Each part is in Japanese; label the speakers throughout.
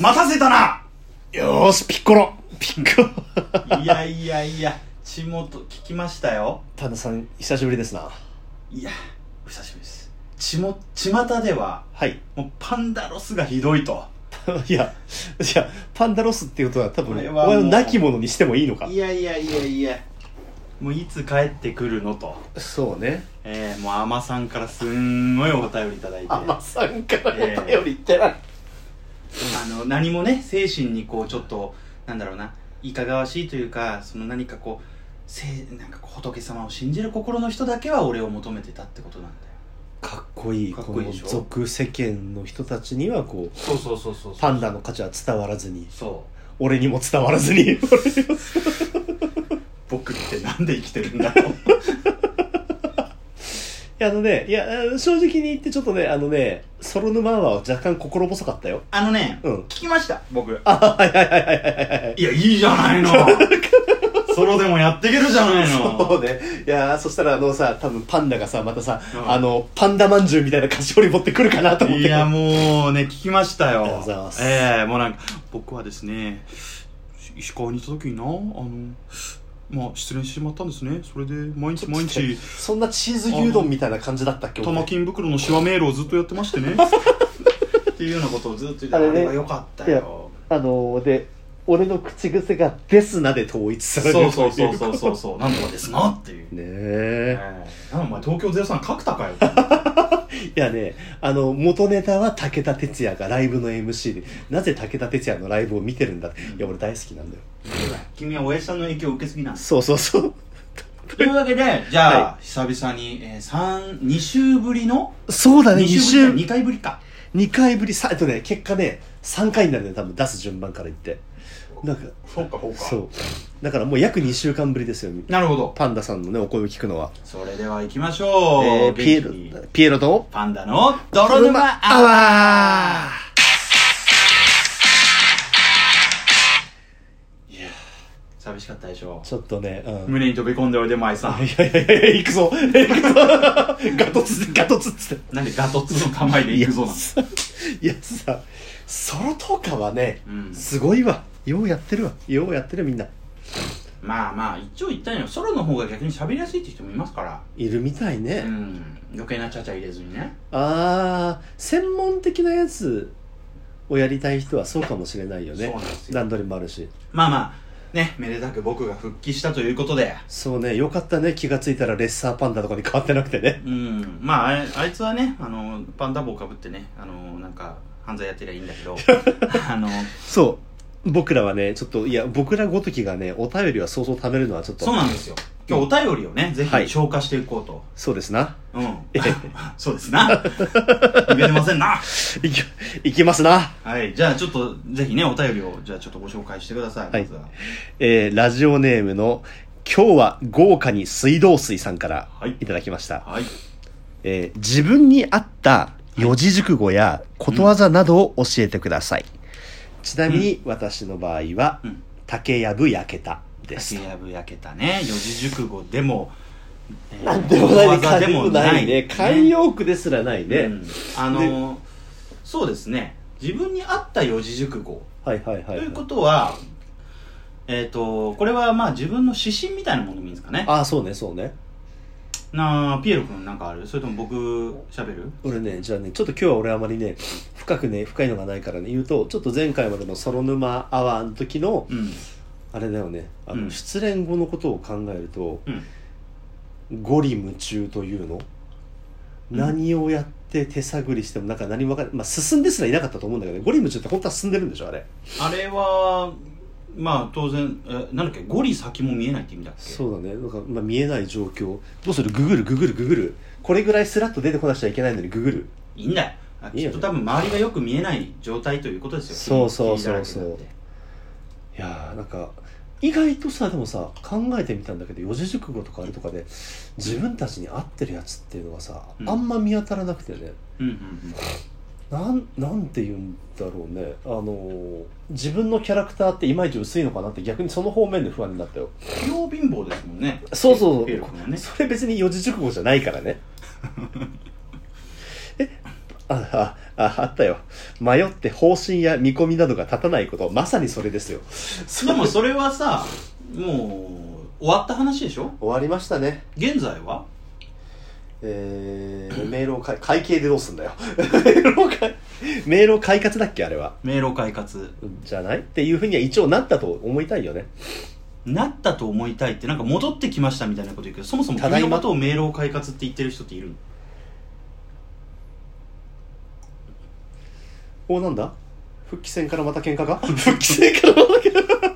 Speaker 1: 待たせたな
Speaker 2: よーし、ピッコロ。ピッコロ。
Speaker 1: いやいやいや、ちもと聞きましたよ。
Speaker 2: タナさん、久しぶりですな。
Speaker 1: いや、お久しぶりです。ちも、巷では、
Speaker 2: はい。
Speaker 1: もうパンダロスがひどいと。
Speaker 2: いや、いや、パンダロスっていうことは多分、
Speaker 1: こ
Speaker 2: お
Speaker 1: れはもう
Speaker 2: 前を亡き者にしてもいいのか。
Speaker 1: いやいやいやいや、もういつ帰ってくるのと。
Speaker 2: そうね。
Speaker 1: えー、もうアマさんからすんごいお便りいただいて。
Speaker 2: あまさんから
Speaker 1: えー
Speaker 2: お便り言ってない。
Speaker 1: あの何もね精神にこうちょっとなんだろうないかがわしいというかその何かこうせなんかこう仏様を信じる心の人だけは俺を求めてたってことなんだよ
Speaker 2: かっこいい、
Speaker 1: かっ
Speaker 2: こ
Speaker 1: こいい
Speaker 2: の
Speaker 1: でしょ
Speaker 2: 俗世間の人たちには、こう、
Speaker 1: そうそうそうそう
Speaker 2: パンダの価値は伝わらずに、
Speaker 1: そう
Speaker 2: 俺にも伝わらず に。
Speaker 1: 僕ってなんで生きてるんだろう
Speaker 2: いや、あのね、いや、正直に言ってちょっとね、あのね、ソロヌマーは若干心細かったよ。
Speaker 1: あのね、
Speaker 2: うん
Speaker 1: 聞きました僕
Speaker 2: あ、はいはいはいはいはいはい。
Speaker 1: いやいいじゃ ないのソロでもやっていけるじゃない
Speaker 2: そ
Speaker 1: の
Speaker 2: うね。いやーそしたらあのさ、多分パンダがさ、またさ、
Speaker 1: うん
Speaker 2: あの、パンダまんじゅうみたいな菓子折り持ってくるかなと思っ
Speaker 1: い
Speaker 2: て。
Speaker 1: やもうね聞きましたよ
Speaker 2: ありがとうございます
Speaker 1: ええもうなんか僕はですね石川にいた時になあのまあ失恋してしまったんですねそれで毎日毎日
Speaker 2: そんなチーズ牛丼みたいな感じだったっけ
Speaker 1: 玉
Speaker 2: 俺
Speaker 1: 金袋のシワメールをずっとやってま してねっていうようなことをずっと言ってたあ
Speaker 2: あれね
Speaker 1: れが良かったよ
Speaker 2: あのー、で、俺の口癖がですなで統一さ
Speaker 1: そ
Speaker 2: れ
Speaker 1: う
Speaker 2: ると
Speaker 1: そ
Speaker 2: い。
Speaker 1: うそう
Speaker 2: ね
Speaker 1: そうそうそうなんとかですなっていう、
Speaker 2: え。
Speaker 1: ええなんだお前東京03角田かよ
Speaker 2: いやね、あの、元ネタは武田鉄矢がライブの MC で、なぜ武田鉄矢のライブを見てるんだって。いや、俺大好きなんだよ。
Speaker 1: 君は親父さんの影響を受けすぎなんです
Speaker 2: そうそうそう。
Speaker 1: というわけでじゃあ、久々に、えー、3 2週ぶりの
Speaker 2: そうだね、2週、
Speaker 1: 2回ぶりか
Speaker 2: 2回ぶり、さ、えっとね、結果ね、3回になるね、多分出す順番から言って。なんか、
Speaker 1: そうかそう
Speaker 2: そう。だからもう約2週間ぶりですよ。
Speaker 1: なるほど
Speaker 2: パンダさんのね、お声を聞くのは。
Speaker 1: それでは行きましょう、
Speaker 2: えー、ピエ
Speaker 1: 元気に
Speaker 2: ロ、ピエロと、
Speaker 1: パンダの泥沼アワー
Speaker 2: アワ
Speaker 1: 寂しかったでしょ
Speaker 2: ーちょっとね、うん。
Speaker 1: 胸に飛び込んでおいで舞さん
Speaker 2: いやいやいやいや、行くぞ行くぞ ガトツガトツっつって。
Speaker 1: なんでガトツの構えで行くぞなの
Speaker 2: いやさ、ソロとかはね、
Speaker 1: うん
Speaker 2: すごいわ。ようやってるわ。ようやってるみんな。
Speaker 1: まあまあ一応言ったんよソロの方が逆に喋りやすいって人もいますから
Speaker 2: いるみたいね。
Speaker 1: うん余計なちゃちゃ入れずにね
Speaker 2: ああ専門的なやつをやりたい人はそうかもしれないよ
Speaker 1: そう
Speaker 2: ね
Speaker 1: なんですよ
Speaker 2: 段取りもあるし
Speaker 1: まあまあねめでたく僕が復帰したということで
Speaker 2: そうねよかったね気がついたらレッサーパンダとかに変わってなくてね
Speaker 1: うんまああいあいつはねあのパンダ帽かぶってねあのなんか犯罪やってりゃいいんだ けどあの
Speaker 2: そう僕らはねちょっといや僕らごときがねお便りはそうそう貯めるのはちょっと
Speaker 1: そうなんですよ今日お便りをねぜひ
Speaker 2: はい
Speaker 1: 消化していこうと、
Speaker 2: そうですな
Speaker 1: うん そうですな逃げてませんない
Speaker 2: きいきますな
Speaker 1: はいじゃあちょっとぜひねお便りをじゃあちょっとご紹介してください、
Speaker 2: はい
Speaker 1: まずは
Speaker 2: えー、ラジオネームの今日は豪華に水道水さんから
Speaker 1: はい
Speaker 2: いただきました、
Speaker 1: はい
Speaker 2: えー自分に合った四字熟語やことわざなどを教えてください、ちなみに私の場合は「
Speaker 1: うん
Speaker 2: 竹やぶ焼けた」です
Speaker 1: 竹やぶ焼けたね四字熟語でも、えー
Speaker 2: なんでもない
Speaker 1: ことわざでもない
Speaker 2: ね慣用句ですらないね、
Speaker 1: うんあのーそうですね自分に合った四字熟語
Speaker 2: はいはいはい、
Speaker 1: ということはえっ、とこれはまあ自分の指針みたいなものでもいいんですかね
Speaker 2: ああそうねそうね
Speaker 1: なあピエロ君なんかあるそれとも僕喋る
Speaker 2: 俺ねじゃあねちょっと今日は俺あまりね深くね深いのがないからね言うとちょっと前回までのソロ沼アワーの時の
Speaker 1: うん
Speaker 2: あれだよねあの、
Speaker 1: うん
Speaker 2: 失恋後のことを考えると
Speaker 1: うん
Speaker 2: ゴリ夢中というの、
Speaker 1: うん
Speaker 2: 何をやって手探りしてもなんか何もわかんない、まあ、進んですらいなかったと思うんだけどねゴリ夢中って本当は進んでるんでしょあれ
Speaker 1: あれはまあ当然えなんだっけゴリ先も見えないって意味だっけ
Speaker 2: そうだねなんか、まあ、見えない状況どうするググるググるググるこれぐらいスラッと出てこなくちゃいけないのにググる
Speaker 1: いいんだよあ
Speaker 2: いい
Speaker 1: き
Speaker 2: よ
Speaker 1: っ
Speaker 2: ね
Speaker 1: と多分周りがよく見えない状態ということですよ
Speaker 2: そうそうそうそう
Speaker 1: 君だらけになって
Speaker 2: いやーなんか意外とさでもさ考えてみたんだけど四字熟語とかあれとかで自分たちに合ってるやつっていうのがさ、
Speaker 1: うん
Speaker 2: あんま見当たらなくてね
Speaker 1: うんうん
Speaker 2: なんなんて言うんだろうねあのー自分のキャラクターっていまいち薄いのかなって逆にその方面で不安になったよ
Speaker 1: うん器用貧乏ですもんね
Speaker 2: そうそう
Speaker 1: ピエロ君はね
Speaker 2: それ別に四字熟語じゃないからねえああああったよ迷って方針や見込みなどが立たないことまさにそれですよ
Speaker 1: でもそれはさもう終わった話でしょ
Speaker 2: 終わりましたね
Speaker 1: 現在は
Speaker 2: えー、メールをかい会計でどうすんだよ メールをかいメールを快活だっけあれは
Speaker 1: 迷路快活
Speaker 2: じゃないっていうふうには一応なったと思いたいよね
Speaker 1: なったと思いたいってなんか戻ってきましたみたいなこと言うけどそもそも
Speaker 2: ただい
Speaker 1: 君
Speaker 2: ま
Speaker 1: のことを迷路快活って言ってる人っているの
Speaker 2: おなんだ復帰戦からまた喧嘩か 復帰戦からまた喧嘩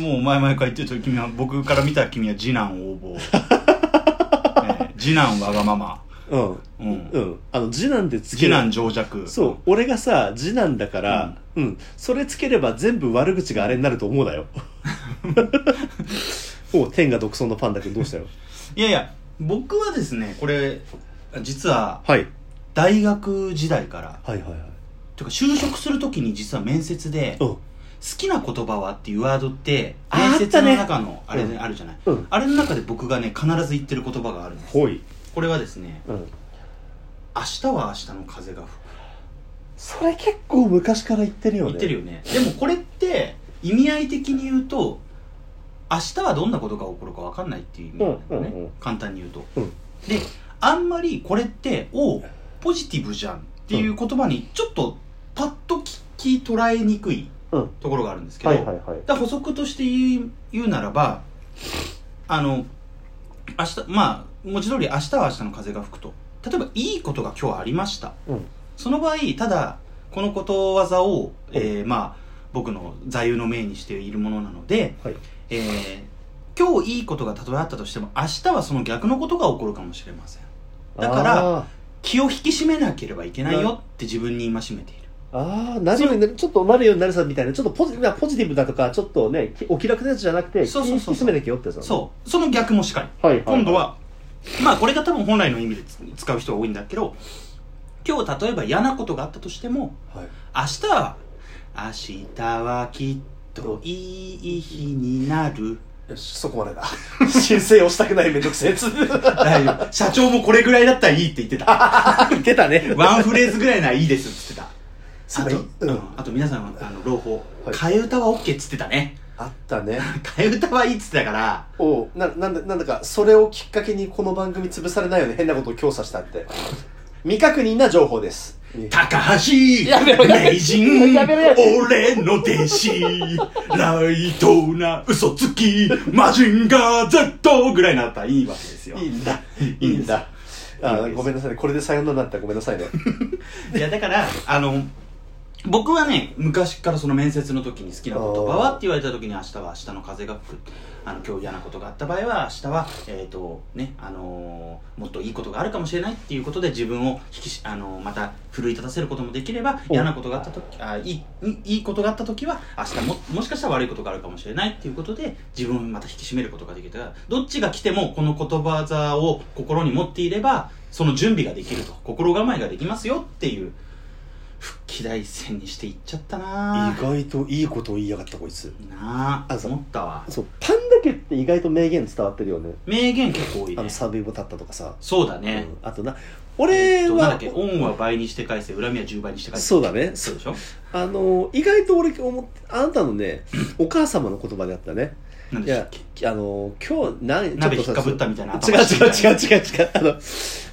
Speaker 1: もう前々から言ってると君は僕から見たら君は次男横 暴、ええ次男わがまま、
Speaker 2: うん
Speaker 1: うん
Speaker 2: うんあの次男でつけ
Speaker 1: 次
Speaker 2: る
Speaker 1: 男情弱
Speaker 2: そう俺がさ次男だからうん、それつければ全部悪口があれになると思うな よお天が独尊のパンダ君どうしたよ
Speaker 1: いやいや僕はですねこれ実は
Speaker 2: はい
Speaker 1: 大学時代から
Speaker 2: はいはいはい
Speaker 1: というか就職するときに実は面接で「
Speaker 2: う
Speaker 1: 好
Speaker 2: ん
Speaker 1: きな言葉は?」っていうワードって
Speaker 2: あ
Speaker 1: 面
Speaker 2: あった
Speaker 1: 接
Speaker 2: ね
Speaker 1: の中のあれで
Speaker 2: うん
Speaker 1: あるじゃない
Speaker 2: うん
Speaker 1: あれの中で僕がね必ず言ってる言葉があるんです
Speaker 2: ほい
Speaker 1: これはですね
Speaker 2: うん
Speaker 1: 「明日は明日の風が吹く」
Speaker 2: それ結構昔から言ってるよね
Speaker 1: 言ってるよねでもこれって意味合い的に言うと明日はどんなことが起こるか分かんないっていう意味なんだよね、
Speaker 2: うんうんうん
Speaker 1: 簡単に言うと、
Speaker 2: うん
Speaker 1: であんまりこれっておうポジティブじゃんっていう言葉にちょっとパッと聞き捉えにくい
Speaker 2: うん
Speaker 1: ところがあるんですけど、
Speaker 2: はいはいはい
Speaker 1: だから補足として言う言うならばあの明日まあ文字通り明日は明日の風が吹くと例えばいいことが今日ありました、
Speaker 2: うん
Speaker 1: その場合ただこのことわざを、えーまあ僕の座右の銘にしているものなので、
Speaker 2: はい
Speaker 1: えー今日いいことがたとえあったとしても明日はその逆のことが起こるかもしれませんだから
Speaker 2: あ
Speaker 1: 気を引き締めなければいけないよって自分に戒めている
Speaker 2: ーあーなるようになるちょっとなるようになるさみたいなちょっとポジまあポジティブだとかちょっとねきお気楽なやつじゃなくて
Speaker 1: そうそうそう
Speaker 2: 気に引き締めなきゃよってやつなの
Speaker 1: そうその逆もしかり
Speaker 2: はいはいい
Speaker 1: 今度は、まあこれが多分本来の意味でつ使う人が多いんだけど今日例えば嫌なことがあったとしても
Speaker 2: はい
Speaker 1: 明日は明日はきっといい日になる
Speaker 2: よしそこまでだ 申請をしたくないめんどくせえやつ
Speaker 1: 大丈夫社長もこれぐらいだったらいいって言って た
Speaker 2: 出た ね
Speaker 1: ワンフレーズぐらいならいいですっつってたあと,、
Speaker 2: う
Speaker 1: うんん、あと皆さんはあの朗報、
Speaker 2: はい
Speaker 1: 替え歌は OK っつってたね
Speaker 2: あったね
Speaker 1: 替え歌はいいっつってたから
Speaker 2: おうななんだなんだかそれをきっかけにこの番組潰されないよね変なことを強査したって未確認な情報です
Speaker 1: 高
Speaker 2: やめ
Speaker 1: 橋
Speaker 2: ろやめろ
Speaker 1: 名人
Speaker 2: やめろやめ
Speaker 1: 俺の弟子 ライトな嘘つきマジンガー Z ぐらいなったらいいわけですよ
Speaker 2: いいんだ
Speaker 1: い
Speaker 2: い
Speaker 1: い
Speaker 2: い
Speaker 1: ん
Speaker 2: ん
Speaker 1: だ
Speaker 2: だあごめんなさいねこれでさよならになったらごめんな さいね
Speaker 1: いやだからあの僕はね昔からその面接の時に好きな言葉は
Speaker 2: あー
Speaker 1: って言われた時に明日は明日の風が吹くあの今日嫌なことがあった場合は明日はえっ、とねあのーもっといいことがあるかもしれないっていうことで自分を引きし、あのーまた奮い立たせることもできれば
Speaker 2: お
Speaker 1: 嫌なことがあった時あいいいいいことがあった時は明日ももしかしたら悪いことがあるかもしれないっていうことで自分をまた引き締めることができたらどっちが来てもこの言葉座を心に持っていればその準備ができると心構えができますよっていう復帰大戦にしていっちゃったなぁ
Speaker 2: 外といいことを言いやがったこいつ
Speaker 1: なあ
Speaker 2: あそう
Speaker 1: 思ったわ
Speaker 2: そうパンだけって意外と名言伝わってるよね
Speaker 1: 名言結構多い
Speaker 2: あ
Speaker 1: ね
Speaker 2: のサビボタったとかさ、
Speaker 1: そうだね、
Speaker 2: うんあとな
Speaker 1: え
Speaker 2: 俺
Speaker 1: っとなんだっ
Speaker 2: は
Speaker 1: け恩は倍にして返せ恨みは10倍にして返せ
Speaker 2: そうだね
Speaker 1: そうでしょ
Speaker 2: あの意外と俺思ってあなたの ねお母様の言葉であったね
Speaker 1: 何
Speaker 2: い
Speaker 1: でしたっ
Speaker 2: や
Speaker 1: け、
Speaker 2: あの、今日、な、
Speaker 1: 鍋
Speaker 2: ちょ
Speaker 1: ひっ
Speaker 2: と
Speaker 1: か
Speaker 2: さ
Speaker 1: ぶったみたいな
Speaker 2: 違う違う
Speaker 1: して
Speaker 2: 違う違う違う。あの、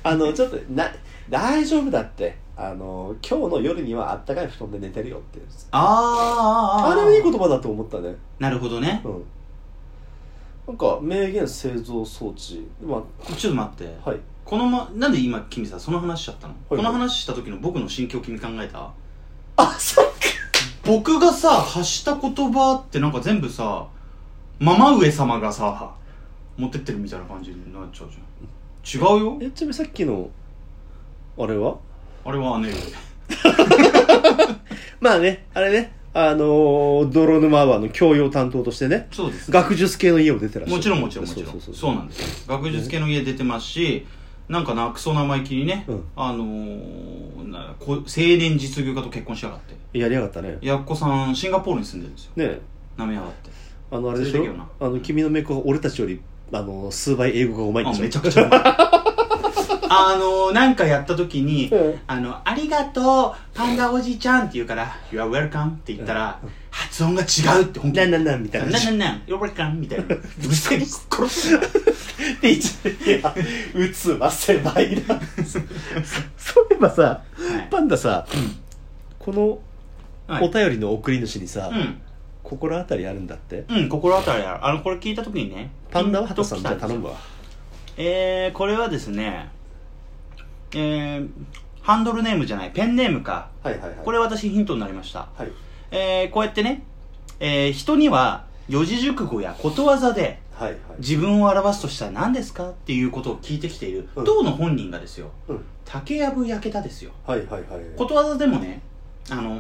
Speaker 2: あの、ちょっと、な、大丈夫だって。あの、今日の夜にはあったかい布団で寝てるよって。
Speaker 1: あーあー
Speaker 2: あ
Speaker 1: あ
Speaker 2: れ
Speaker 1: ー
Speaker 2: はいい言葉だと思ったね。
Speaker 1: なるほどね
Speaker 2: うん。なんか、名言製造装置。ま
Speaker 1: ちょっと待って
Speaker 2: あ、はい。
Speaker 1: このまなんで今君さその話しちゃったの、
Speaker 2: は
Speaker 1: こ
Speaker 2: い
Speaker 1: の話した時の僕の心境君考えた
Speaker 2: あ、そっか。
Speaker 1: 僕がさ発した言葉ってなんか全部さママ上様がさ持ってってるみたいな感じになっちゃうじゃん違うよ
Speaker 2: え、ちなみにさっきの、あれは
Speaker 1: あれはね
Speaker 2: まあね、あれね、あの、泥沼アワーの教養担当としてね、
Speaker 1: そうです
Speaker 2: 学術系の家を出てらっしゃる。
Speaker 1: もちろんもちろんもちろん
Speaker 2: そ
Speaker 1: そうう
Speaker 2: そうそう
Speaker 1: なんですよ学術系の家出てますし、なんかなクソ生意気にね、
Speaker 2: うん
Speaker 1: あのーなこ青年実業家と結婚しやがって
Speaker 2: やりやがったね。
Speaker 1: やっこさんシンガポールに住んでるんですよ
Speaker 2: ねえ
Speaker 1: なめやがって
Speaker 2: あのあれでし
Speaker 1: そ
Speaker 2: ょ
Speaker 1: れだけよな
Speaker 2: あの君のメイクは俺たちよりあの数倍英語がうまいんで
Speaker 1: あ
Speaker 2: しょ
Speaker 1: めちゃくちゃうまいあのなんかやった時に、
Speaker 2: うん
Speaker 1: あの「ありがとうパンダおじちゃん」って言うから「You are welcome」って言ったら、発音が違うって本気
Speaker 2: なんなんなんみたいな
Speaker 1: なんなんなん You're welcome」みたいな「うるせえ殺すな
Speaker 2: で一いや打つは狭いな そういえばさ、
Speaker 1: はい
Speaker 2: パンダさ、この
Speaker 1: はい
Speaker 2: お便りの送り主にさ、
Speaker 1: うん
Speaker 2: 心当たりあるんだって
Speaker 1: うん心当たりあるあのこれ聞いた時にね
Speaker 2: パンダは
Speaker 1: ピと
Speaker 2: 畑
Speaker 1: きた
Speaker 2: さ
Speaker 1: です
Speaker 2: んじゃ
Speaker 1: よ
Speaker 2: あ頼むわ
Speaker 1: えー、これはですねえー、ハンドルネームじゃないペンネームか
Speaker 2: はいはいはい
Speaker 1: これ私ヒントになりました
Speaker 2: はい
Speaker 1: えー、こうやってね、えー人には四字熟語やことわざで
Speaker 2: はいはい
Speaker 1: 自分を表すとしたら何ですかっていうことを聞いてきている
Speaker 2: うん
Speaker 1: 当の本人がですよ
Speaker 2: うん
Speaker 1: 「竹やぶ焼けた」ですよ
Speaker 2: はいはいはい
Speaker 1: ことわざでもねあの、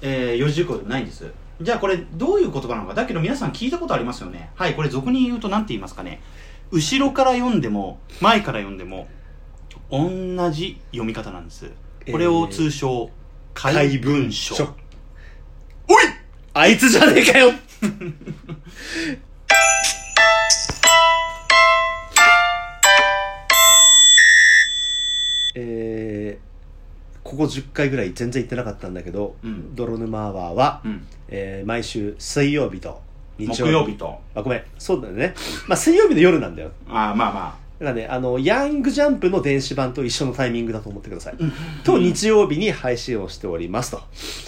Speaker 1: えー、四字熟語でもないんですじゃあこれどういう言葉なのかだけど皆さん聞いたことありますよねはいこれ俗に言うと何て言いますかね後ろから読んでも前から読んでも同じ読み方なんですこれを通称怪文書、
Speaker 2: 怪おいあいつじゃねえかよ えー、ここ10回ぐらい全然行ってなかったんだけど、
Speaker 1: うん
Speaker 2: 泥沼アワーは、
Speaker 1: うん、
Speaker 2: えー毎週水曜日と日曜日
Speaker 1: 木曜日と
Speaker 2: あごめんそうだよね、まあ、水曜日の夜なんだよ
Speaker 1: あーまあま
Speaker 2: だからねあのヤングジャンプの電子版と一緒のタイミングだと思ってください、
Speaker 1: ん
Speaker 2: と日曜日に配信をしておりますと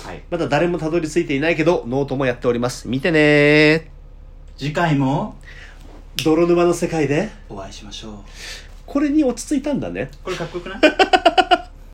Speaker 1: あはい
Speaker 2: まだ誰もたどり着いていないけどノートもやっております見てね
Speaker 1: 次回も
Speaker 2: 泥沼の世界で
Speaker 1: お会いしましょう
Speaker 2: これに落ち着いたんだね
Speaker 1: これかっこよくない